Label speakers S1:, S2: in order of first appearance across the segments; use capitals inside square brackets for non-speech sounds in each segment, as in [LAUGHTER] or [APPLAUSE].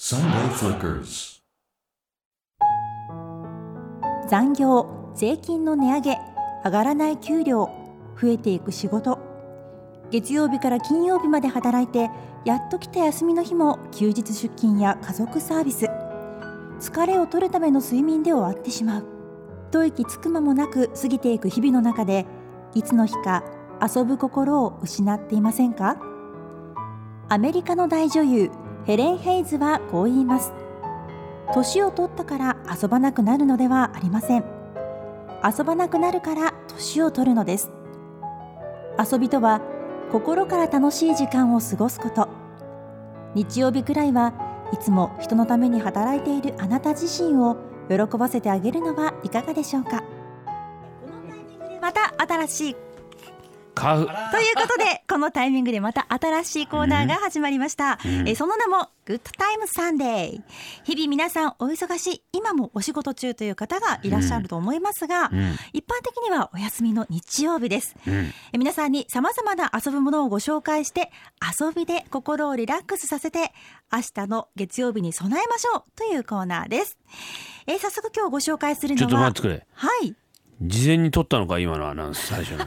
S1: Sunday Flickers.
S2: 残業税金の値上げ上がらない給料増えていく仕事月曜日から金曜日まで働いてやっと来た休みの日も休日出勤や家族サービス疲れを取るための睡眠で終わってしまう一息つく間もなく過ぎていく日々の中でいつの日か遊ぶ心を失っていませんかアメリカの大女優ヘレン・ヘイズはこう言います年を取ったから遊ばなくなるのではありません遊ばなくなるから年を取るのです遊びとは心から楽しい時間を過ごすこと日曜日くらいはいつも人のために働いているあなた自身を喜ばせてあげるのはいかがでしょうかまた新しい
S3: 買う
S2: ということでこのタイミングでまた新しいコーナーが始まりました、えーその名も「グッドタイムサンデー」日々皆さんお忙しい今もお仕事中という方がいらっしゃると思いますが、
S3: うん
S2: 一般的にはお休みの日曜日です、
S3: うん
S2: えー皆さんにさまざまな遊ぶものをご紹介して遊びで心をリラックスさせて明日の月曜日に備えましょうというコーナーです、えー早速今日ご紹介するの
S3: ちょ
S2: は
S3: っと待ってくれ
S2: はい
S3: 事前に撮ったのか今のアナウンス最
S2: [LAUGHS]
S3: 初の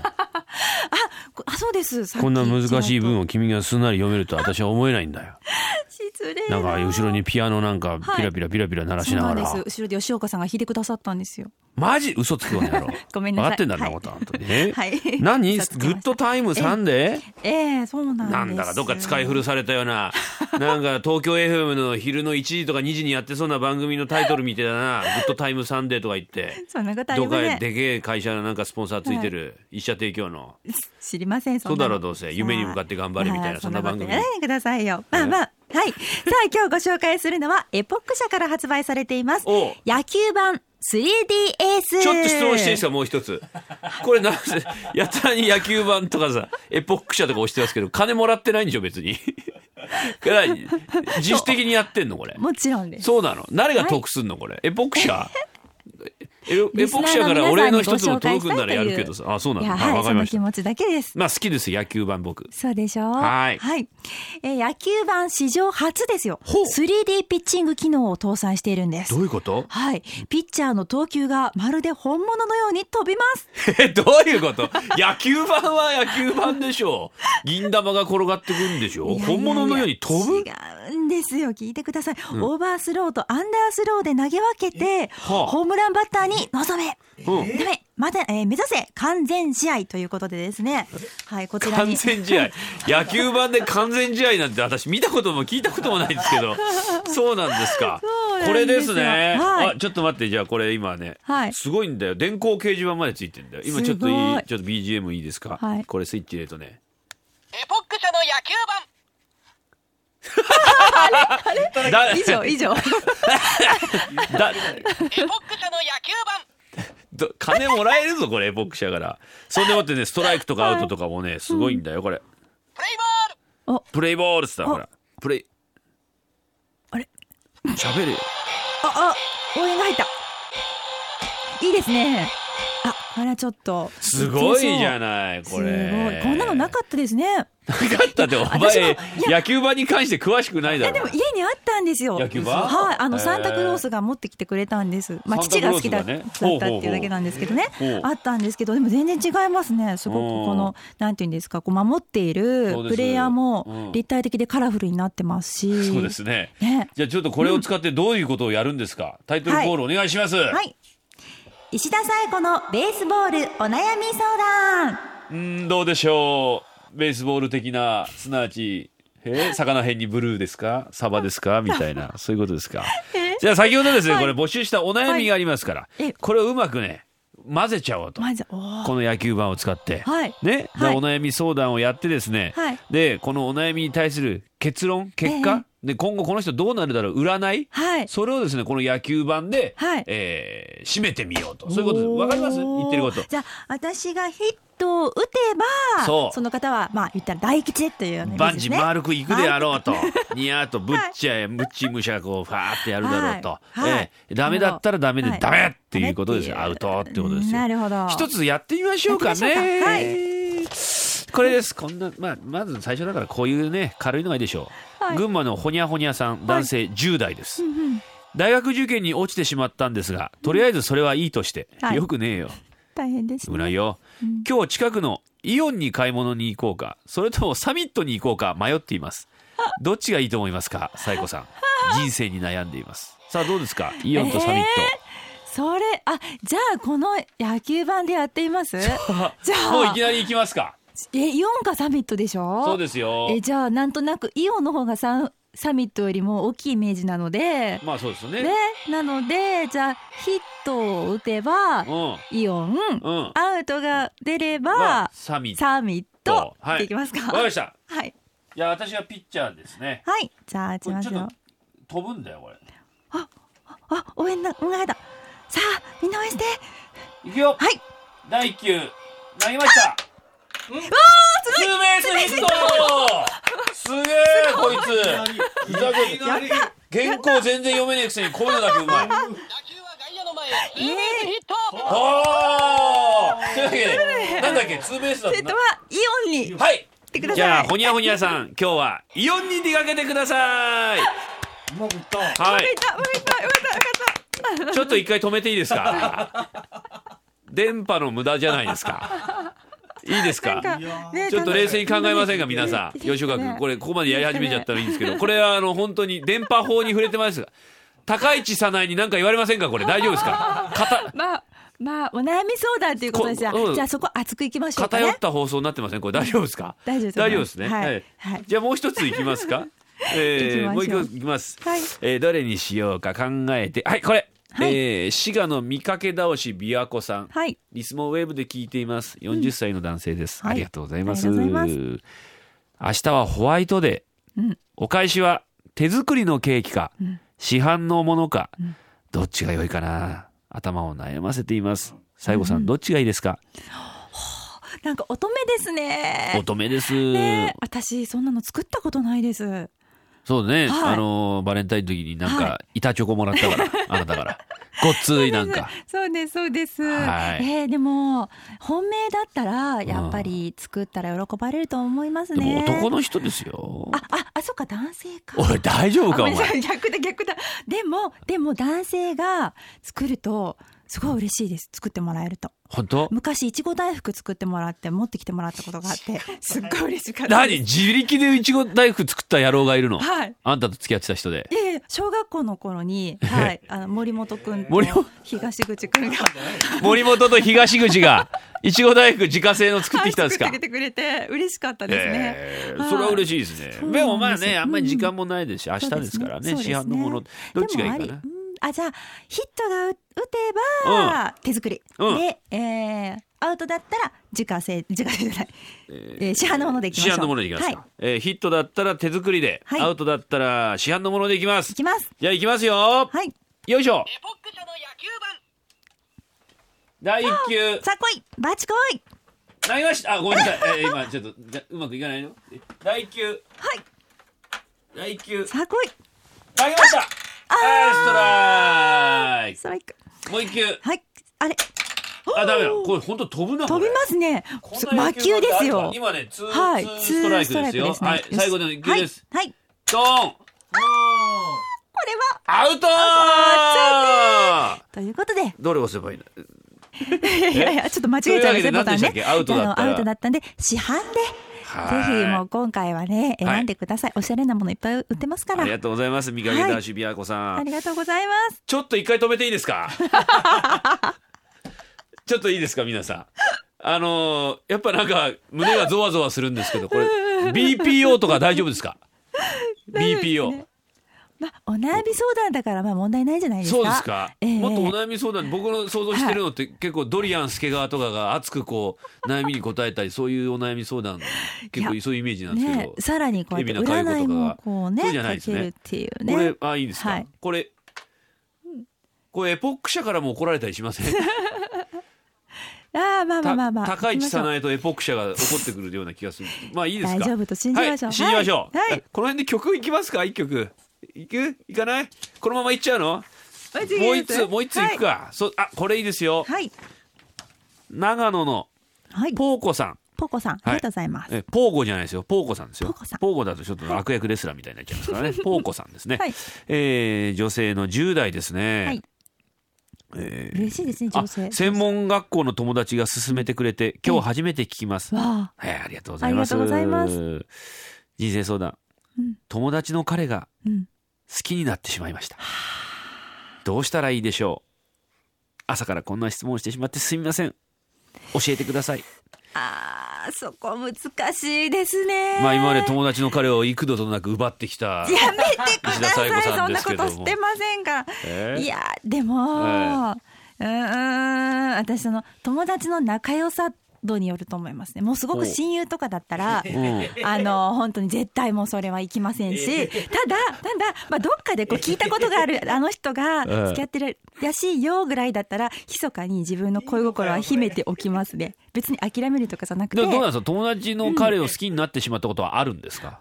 S2: こあそうですさっき
S3: こんな難し
S2: ち
S3: い文
S2: らっ
S3: を君がすんなり読めるとは私は思えないんだよ
S2: と失礼
S3: なんか後ろにピアノなんかピラピラピラピラ鳴らしながら、
S2: そうなんです後ろで吉岡さんが弾いてくださったんですよ
S3: マジ嘘つくわやろ
S2: [LAUGHS] ごめんなさい
S3: 分かってんだろ
S2: はい
S3: なこと、本当にね
S2: [LAUGHS] はい
S3: 何グ
S2: 嘘つきました
S3: ッドタイムサンデー
S2: ええそうなんです
S3: なんだかどっか使い古されたようななんか東京 FM の昼の1時とか2時にやってそうな番組のタイトルみたいだなグッドタイムサンデーとか言って
S2: そんなことあり
S3: ど
S2: ま
S3: っか
S2: せん
S3: でけえ会社のなんかスポンサーついてる、一社提供の
S2: 知りません
S3: そうだろう
S2: ど
S3: どうせ夢に向かって頑張れみたいなそんな番組
S2: やらないでくださいよまあまあはいさあ今日ご紹介するのはエポック社から発売されています
S3: おう
S2: 野球版 3D エース
S3: ちょっと質問していいですかもう一つこれなんせやたらに野球版とかさエポック社とか押してますけど金もらってないんでしょ別に [LAUGHS] これ何自主的にやってんのこれ
S2: もちろんです
S3: そうなの誰が得すんのこれエポック社エエ
S2: [LAUGHS]
S3: ポ
S2: リス
S3: ッ
S2: ナ
S3: ク
S2: ー
S3: 社
S2: の
S3: からお礼の一つも
S2: 皆さんに
S3: 届
S2: ご紹介したいという
S3: くんならやるけどさあそうないの
S2: や
S3: あ
S2: はい
S3: わか
S2: そ
S3: りま
S2: の
S3: し
S2: 気
S3: た
S2: 持ちだけです
S3: まあ好きです野球版僕
S2: そうでしょう
S3: はい
S2: えー野球版史上初ですよ
S3: ほう
S2: 3D ピッチング機能を搭載しているんです
S3: どういうこと
S2: はい、ピッチャーの投球がまるで本物のように飛びます。
S3: え [LAUGHS] どういうこと野球版は野球版でしょう銀玉が転がってくるんでしょ
S2: いやいやいや
S3: 本物のように飛ぶ
S2: 違うんですよ。聞いてください。オーバースローとアンダースローで投げ分けて、
S3: はあ
S2: ホームランバッターに臨め。
S3: うん
S2: ダメ、まだ、えー目指せ完全試合ということでですね。はい、こちら
S3: 完
S2: に。
S3: 全試合野球版で完全試合なんて私見たことも聞いたこともないです
S2: [LAUGHS]
S3: けどそうなんですか
S2: そうなんですよ
S3: これですね、
S2: はい
S3: あちょっと待ってじゃあこれ今ね、
S2: はい
S3: すごいんだよ電光掲示板までついてんだよ今ちょっとい
S2: す
S3: い
S2: ごい
S3: ちょっと BGM いいですか、
S2: はい
S3: これスイッチ入れるとね
S4: エポック社の野球版
S3: だ
S2: 以上、以上。
S3: だ
S4: エポック社の野球版
S3: ど金もらえるぞこれボクシャからそんでもってねストライクとかアウトとかもねすごいんだよこれ
S4: プレイボール
S3: プレイボールっつったらほらプレイ
S2: あれ [LAUGHS]
S3: 喋るよ
S2: あ、あ、応援が入った。いいですね。あ、これはちょっと。
S3: すごいじゃ
S2: い。
S3: ない
S2: す
S3: こ
S2: ご
S3: れ
S2: い。こんなのなかった
S3: [LAUGHS]
S2: ですね。
S3: なかったってお
S2: 私もい
S3: 前野球場に関して詳しくないだ
S2: で
S3: ろ
S2: も家にあったんですよ。
S3: 野球盤
S2: はい、あの
S3: へー
S2: サンタクロースが持ってきてくれたんです。まあ
S3: サン
S2: 父が
S3: タクロー
S2: 好
S3: ス
S2: きだ
S3: が
S2: だ
S3: ね
S2: ったっていうだけなんですけどね
S3: ほうほう。ほう
S2: あったんですけど、でも全然違いますね。すご
S3: うん
S2: くこのなんていうんですか、こう守っている
S3: そうです
S2: プレイヤー
S3: うん
S2: も立体的でカラフルになってますし。
S3: そうですね
S2: ね。
S3: じゃあちょっとこれを使ってどういうことをやるんですか、タイトルコールお願いします、
S2: はい。石田彩子のベースボールお悩み相談。
S3: うーんどうでしょうベースボール的なすなわちえー魚辺にブルーですかサバですかみたいなそういうことですかじゃあ先ほどですね、これ募集したお悩みがありますから、
S2: はいえ
S3: これをうまくね混ぜちゃおうと
S2: まず、おー
S3: この野球盤を使って、
S2: はい
S3: ね、で
S2: はい
S3: お悩み相談をやってですね、
S2: はい
S3: でこのお悩みに対する結論結果、で今後この人どうなるだろう占い
S2: はい。
S3: それをですねこの野球盤で、
S2: はい
S3: えー締めてみようとそういうことですわかります言ってること
S2: おーじゃあ私がヒットを打てば
S3: そう
S2: の方はまあ言ったら大吉というようなイメー
S3: 万
S2: ジ
S3: 事
S2: ですね
S3: 丸くいくであろうと、 [LAUGHS] にやーとぶっちゃえ、むっちむしゃこう、ファーってやるだろうと、
S2: はいはい
S3: ええダメだったらダメで、
S2: はい
S3: ダメっていうことですよ、
S2: ダ
S3: ア
S2: メっ
S3: ウ
S2: ていう
S3: トってことですよ。
S2: なるほど
S3: 一つやってみましょうか
S2: やってみましょうかは
S3: ね。これです。こんな、まあ、まず最初だからこういうね、軽いのがいいでしょう。
S2: はい
S3: 群馬のほにゃほにゃさん、男性10代です。大学受験に落ちてしまったんですが、とりあえずそれはいいとして、
S2: はい
S3: よくねえよ。
S2: 大変です
S3: うな
S2: ね。
S3: いよ、今日近くのイオンに買い物に行こうかそれともサミットに行こうか迷っていますどっちがいいと思いますかサイコさん人生に悩んでいますさあどうですかイオンとサミッ
S2: それあじゃあこの野球盤でやっています。
S3: ト、
S2: じゃあ
S3: もういきなり行きますか
S2: えイオンかサミットでしょ。
S3: そうですよ
S2: えじゃあなんとなくイオンの方がササミットよりも大きいイメージなので、
S3: まあそうですよね
S2: ねなのでじゃあヒットを打てば
S3: うん
S2: イオン、
S3: うん
S2: アウトが出れ
S3: まあ
S2: ば
S3: サミット
S2: サミット、
S3: はい
S2: できますか。
S3: わかりました
S2: はい
S3: いや私はピッチャーですね
S2: はいじゃあ打ちます
S3: これちょ
S2: よ
S3: っ。飛ぶんだよこれ
S2: あ応援な応援だ。さあみんな応援して。
S3: いくよ
S2: はい
S3: 第1球投げましたツーベースヒットすげえこいつふざけて原稿全然読めねえくせにこういうのだけうまい
S4: 打球は外野の前へツーベースヒット、
S3: おーというわけでなんだっけツーベースだ
S2: えっ
S3: っ
S2: と
S3: た
S2: は
S3: な
S2: イオンに行っ
S3: はい
S2: てください。
S3: じゃあほにゃほにゃさん今日はイオンに出かけてくださいは
S2: うまくい
S3: い
S2: ったうまくいったうまくいったうまくいった。
S3: ちょっと一回止めていいです
S2: [LAUGHS]
S3: か電波の無駄じゃないですかいいですか
S2: なんかね
S3: ちょっと冷静に考えませんか
S2: 楽し
S3: 皆さん
S2: いいですね
S3: 吉岡君これここまでやり始めちゃったらいいんですけどこれはあの本当に電波法に触れてますが高市早苗に何か言われませんかこれ大丈夫で
S2: [LAUGHS]
S3: すかかた
S2: まあまあお悩み相談ということですじゃあ、
S3: こうん
S2: じゃあそこ厚くいきましょうか
S3: 偏
S2: ね
S3: っ。た放送になってませんこれ大丈夫ですか
S2: 大丈夫です
S3: 大丈夫ですね
S2: はい
S3: はい
S2: はい
S3: じゃあもう一ついきますかえーも
S2: 行きましょ
S3: う一
S2: う
S3: 個いきます
S2: はい
S3: えーどれにしようか考えてはいこれ
S2: はい
S3: えー滋賀の見かけ倒し琵琶湖さん
S2: はい
S3: リスモウェーブで聞いています。40歳の男性です。
S2: はい
S3: ありがとうございます。
S2: ありが
S3: 明
S2: とうござい
S3: 日はホワイトデー、
S2: うん
S3: お返しは手作りのケーキか、
S2: ん
S3: 市販のものか、どっちが良いかな。頭を悩ませています。西郷さん、どっちがいいですか。
S2: なんか乙女ですね。
S3: 乙女です。
S2: ね私そんなの作ったことないです。
S3: そうね、
S2: はい
S3: あのーバレンタインの時になんか
S2: は
S3: 板チョコもらっ
S2: [LAUGHS]
S3: たから、あなたから。ごっついなんか。
S2: そうですそうです。
S3: はい
S2: えーでも本命だったらやっぱり作ったら喜ばれると思います
S3: でも
S2: ね。
S3: 男の人ですよ。
S2: あああそうか男性か。
S3: おい大丈夫か
S2: あごめ
S3: お
S2: んなさ
S3: 前。
S2: い逆だ逆だでもでも男性が作るとすごい嬉しいです作ってもらえると
S3: 本当。
S2: 昔いちご大福作ってもらって持ってきてもらったことがあ
S3: [LAUGHS]
S2: ってすっごい嬉しかった
S3: 何
S2: です
S3: 自力でいちご大福作った野郎がいるの。
S2: はい
S3: あんたと付き合ってた人で
S2: い。やいや小学校の頃に、はい、あの森本君と
S3: 森本
S2: 東口君が
S3: 森本と東口が、いちご大福自家製の作ってきたんですか。
S2: はい作ってきてくれて嬉しかったですね、
S3: え
S2: は
S3: ー
S2: い
S3: それは嬉しいですね。
S2: そうなんです
S3: でもまあね、あんまり時間もないですし、明日ですからね、
S2: そう
S3: 市販のもの、どっちがいいか
S2: でも
S3: な
S2: あ。りうんあじゃあヒットが打てば、手作り、
S3: うん
S2: で、えー、アウトだったら自家製自家製じゃない、えー市販のものでいきまし
S3: 市
S2: ょう
S3: 販のものでいきます
S2: は
S3: か。えーヒットだったら手作りで、
S2: はい
S3: アウトだったら市販のものでいきま
S2: い
S3: す
S2: い。きます
S3: じゃあいきますよ。
S2: はい
S3: よいしょ。
S4: エポック社の野球盤
S3: 第一球
S2: さあ来いバチ来い
S3: 投げました。あ、ごめん
S2: [LAUGHS]
S3: なさい。えー今ちょっとじゃうまくいかないの。え第一球
S2: はい
S3: 第一球
S2: さあ来い
S3: 投げました。あーストライ
S2: ストライク
S3: ク。もう一球。
S2: はいあれ
S3: あ、ダメだ。これ本当飛ぶな。こ
S2: 飛
S3: れ
S2: びますね
S3: こんな
S2: 魔
S3: 野球
S2: 球
S3: なんて
S2: で
S3: あるか
S2: すよ
S3: 今ね、ツー、
S2: はい
S3: ツー
S2: ツ
S3: ストラ
S2: ー
S3: イ
S2: ス
S3: ク
S2: ト
S3: で
S2: ライク
S3: すよ。
S2: ですね
S3: はい、
S2: よし
S3: 最後の一球です。
S2: はいはい
S3: ドーン、
S2: これは
S3: アウト
S2: アということで
S3: どれ押せばいいの？
S2: いやいやちょっと間違えちゃいましたボタン
S3: というわけで何でした
S2: ね
S3: っけアウトだったら
S2: あのアウトだったんで市販で
S3: はい
S2: ぜひもう今回はね選んでください、おしゃれなものいっぱい売ってますか
S3: あ
S2: ら
S3: りがとうございます。見かけ男子ビアコさん、
S2: ありがとうございます
S3: ちょっと一回止めていいです
S2: [LAUGHS]
S3: か？ちょっといいですか皆さん。あのーやっぱなんか胸がゾワゾワするんですけど、これ BPO とか大丈夫
S2: [LAUGHS]
S3: ですか？BPO。
S2: まあお悩み相談だからまあ問題ないじゃないですか
S3: そうですか、
S2: ええ
S3: もっとお悩み相談僕の想像してるのって結構ドリアン助川とかが熱くこう悩みに答えたりそういうお悩み相談結構そういうイメージなんですけど、
S2: ねさらにこうやって
S3: 海老名妙
S2: 占
S3: 子
S2: い
S3: とか
S2: も
S3: が
S2: こうね
S3: そうじゃないで
S2: か
S3: すね
S2: けるっていう
S3: こ
S2: ね
S3: れあいいですか、
S2: はい
S3: これこれエポック社からも怒られたりしません
S2: ああ [LAUGHS] まあまあまあまあ
S3: た高市
S2: 行きましょ
S3: 早
S2: う
S3: 苗とエポック社が怒ってくるような気がするまあいいですか
S2: 大丈夫と信じましょう
S3: はい、信じましょう、
S2: はいはい
S3: この辺で曲いきますか一曲いくいかないこのままいっちゃうの
S2: マジで
S3: もう一つもう一ついくか、そうあこれいいですよ、
S2: はい
S3: 長野の
S2: はい
S3: ポーコさん
S2: ポコさん、ありがとうございます。
S3: えポーゴじゃないですよポーゴさんですよ
S2: ポーゴさん
S3: だとちょっと悪役レスラーみたいになっちゃいま
S2: [LAUGHS]
S3: すからねポーゴさんですね、
S2: はい
S3: えー女性の10代ですね、
S2: はい
S3: えー
S2: 嬉しいですね、
S3: あ
S2: 女性。
S3: 専門学校の友達が勧めてくれて今日初めて聞きます、
S2: わあ、
S3: はい、ありがとうございます。
S2: ありがとうございます
S3: 人生相談、
S2: うん
S3: 友達の彼が
S2: うん。
S3: 好きになってしまいました。どうしたらいいでしょう。朝からこんな質問をしてしまってすみません。教えてください。
S2: あー、そこ難しいですね。
S3: まあ今まで友達の彼を幾度となく奪ってき
S2: や
S3: た。
S2: めてくだ
S3: 石田
S2: さ
S3: 紗
S2: い
S3: 友子
S2: そ
S3: さん
S2: ん
S3: で
S2: な
S3: す
S2: こ
S3: けど
S2: とし
S3: も
S2: てませんから。
S3: えー
S2: いやでも、
S3: は
S2: うーん私その友達の仲良さ度によると思いますねもうすごく親友とかだったら
S3: うん。
S2: あの本当に絶対もうそれはいきませんし、ただ、ただ、まあ、どっかでこう聞いたことがあ
S3: [LAUGHS]
S2: るあの人が
S3: ええ
S2: 付き合ってるらしいよぐらいだったら、密かに自分の恋心は秘めておきますね、別に諦めるとかじゃなく
S3: で
S2: て、
S3: もどうなんですか友達の彼を好きになってしまったことはあるんですか、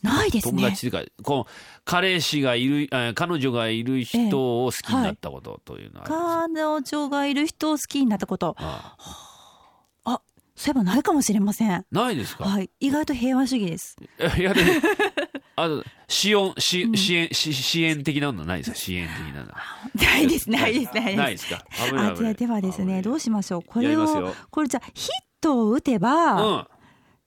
S2: ないです
S3: 友
S2: ね、
S3: 達というかこの彼氏がいるえー彼女がいる人を好きになったことというのはあるんですか、
S2: 彼女がいる人を好きになったこと、
S3: ああ
S2: あそういえばないかもしれません、
S3: ないですか、
S2: はい、意外と平和主義です。
S3: いやで
S2: [LAUGHS]
S3: もあの支援支支援支支援的なのはないですか支援的なのは
S2: ないです、ないです、ないです。
S3: ないですか危ない
S2: あ
S3: 危
S2: じゃ
S3: な
S2: あ
S3: い
S2: ではですねどうしましょうこ
S3: や
S2: れ
S3: ります
S2: を
S3: よ
S2: これじゃあヒットを打て
S3: う
S2: ば、
S3: ん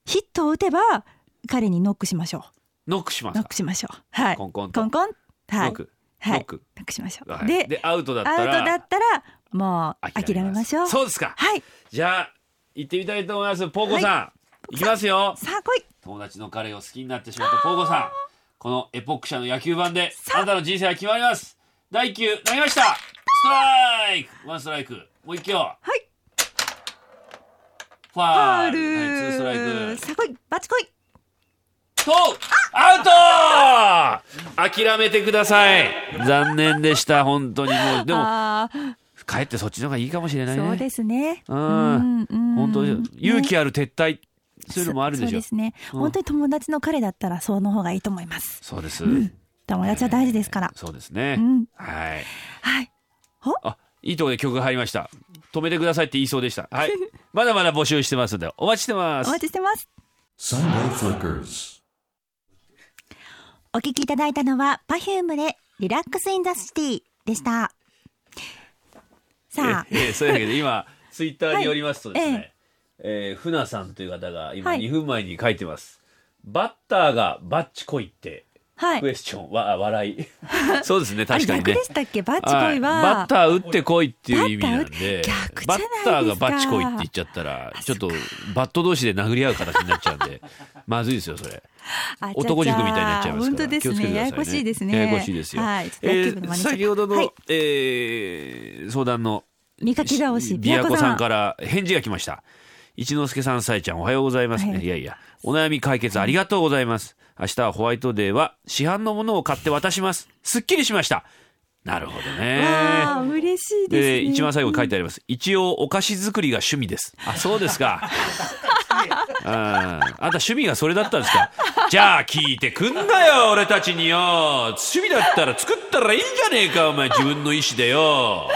S2: ヒットを打てば彼にノックしましょ
S3: ノックしま
S2: うノ
S3: す
S2: ックしましょうはい
S3: コンコンと
S2: コンコンは
S3: ノッ
S2: い
S3: ク
S2: は
S3: ノ
S2: い
S3: ック
S2: ノックしましょう、
S3: はい
S2: で
S3: でアウトだっ
S2: アウ
S3: た
S2: トだっ
S3: ら
S2: たらもう諦めましょう
S3: そうですか
S2: はい
S3: じゃあ行ってみたいと思いますポーコさん行きますよ
S2: さあ来い
S3: 友達の彼を好きになってしまったポーゴさんこのエポック社の野球版であなたの人生は決まります第1球投げましたストライクワンストライクもう1球はいファ
S2: パ
S3: ー
S2: ー
S3: ル
S2: ル、
S3: はい、ツーストライク
S2: さあ来いバチ来い
S3: とアウト諦めてください残念でした本当にもうでも
S2: あー
S3: かえってそっちの方がいいかもしれないね
S2: そうですね
S3: うん
S2: うんうん
S3: 本当に勇
S2: ね
S3: 気ある撤退そういうのもあるでし
S2: そう
S3: ょ
S2: ですね、
S3: うん
S2: 本当に友達の彼だったらその方がいいと思います
S3: そうです、
S2: 友達は大事ですから、
S3: そうですね、
S2: うん
S3: はい
S2: はい
S3: あ、いいとこで曲が入りました。止めてくださいって言いそうでした。
S2: [LAUGHS]
S3: はい。まだまだ募集してますので、お待ちしてま
S2: お
S3: す。
S2: 待ちしてます
S1: Sunday Flickers.
S2: お聞きいただいたのは Perfume でリラックスインザシティでした。さあ、
S3: ええそういうわけで、今、ツイッターによりますとです
S2: はい
S3: ね、えーふなさんという方が今
S2: はい
S3: 2分前に書いてます。バッターがバッチコイって、
S2: はい
S3: ク。エスチョンは、あ
S2: [LAUGHS]
S3: 笑い。そうですね、
S2: あれ
S3: 確かに
S2: 逆
S3: ね
S2: で。したっけ？バッチコイ
S3: は
S2: は、
S3: いバッター打ってこいっていう意味なんで
S2: バ
S3: バ
S2: ッ
S3: ッ
S2: タ
S3: タ
S2: ー
S3: ー
S2: 打って逆
S3: が
S2: じゃ
S3: バ
S2: ないで
S3: ッ
S2: す
S3: チ
S2: か
S3: コイって言っちゃったらちょっとバット同士で殴り合う形になっちゃうんでまずいですよそれ。
S2: あちゃちゃ
S3: 男塾みたいになっちゃいますか
S2: 本
S3: ら
S2: 当です
S3: 気をつけて
S2: ね。
S3: くださ
S2: や
S3: ね
S2: やこしいですね。
S3: ややこしいですよ、
S2: はい。ちょっと野球
S3: え
S2: 部の真
S3: ー
S2: 似しちゃった
S3: 先ほどの、
S2: はい、
S3: えー相談の
S2: 見かけ倒し、
S3: 琵琶湖さん
S2: ら。
S3: から返事が来ました一之輔さんさえちゃんおはようございます、
S2: はい
S3: い、やいやお悩み解決ありがとうございます明日はホワイトデーは市販のものを買って渡しますすっきりしましたなるほどね
S2: わあ、嬉しいです、ね。
S3: で一番最後に書いてあります、一応お菓子作りが趣味ですあそうです
S2: [LAUGHS]
S3: かうんあんた趣味がそれだったんですかじゃあ聞いてくんなよ俺たちによ趣味だったら作ったらいいじゃねえかお前自分の意思でよ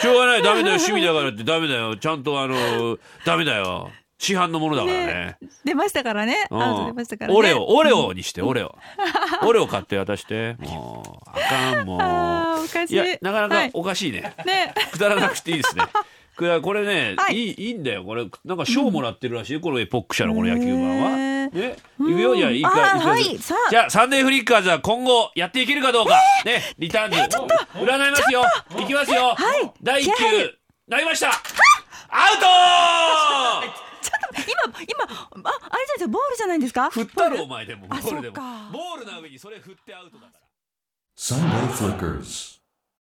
S3: しょうがないダメだよ趣味だからってダメだよちゃんとあのダメだよ市販のものだからね
S2: 出ましたからね。
S3: うん
S2: アウト出ましたからね。
S3: オレオオレオにしてオレオオレオ買って渡してもうあかんもう
S2: [LAUGHS] あーおかしい
S3: やなかな
S2: は
S3: か
S2: い
S3: おかしいね、
S2: ね。
S3: くだらなくていい
S2: [LAUGHS]
S3: ですね。くだこれね、
S2: はい
S3: い、いいいんだよこれなんか賞もらってるらしいよ、このエポック社のこの野球版は。
S2: へ
S3: ね
S2: ー、
S3: いくよ
S2: うん
S3: じゃあいいか
S2: あー
S3: いくよ
S2: はいさあ
S3: じゃあサンデーフリッカーズは今後やっていけるかどうか、ねリターンズ、占いますよいきますよ、
S2: はい
S3: 第一
S2: 気合入
S3: 球投げましたア
S2: [LAUGHS]
S3: ウ
S2: 今今ああれじゃないですかボールじゃないんですか？
S3: ト振ったろお前でもボ
S2: あ
S3: ールで
S2: そう
S3: も
S2: か
S3: ボールな上にそれ振ってアウトだから。
S1: Sunday Flickers.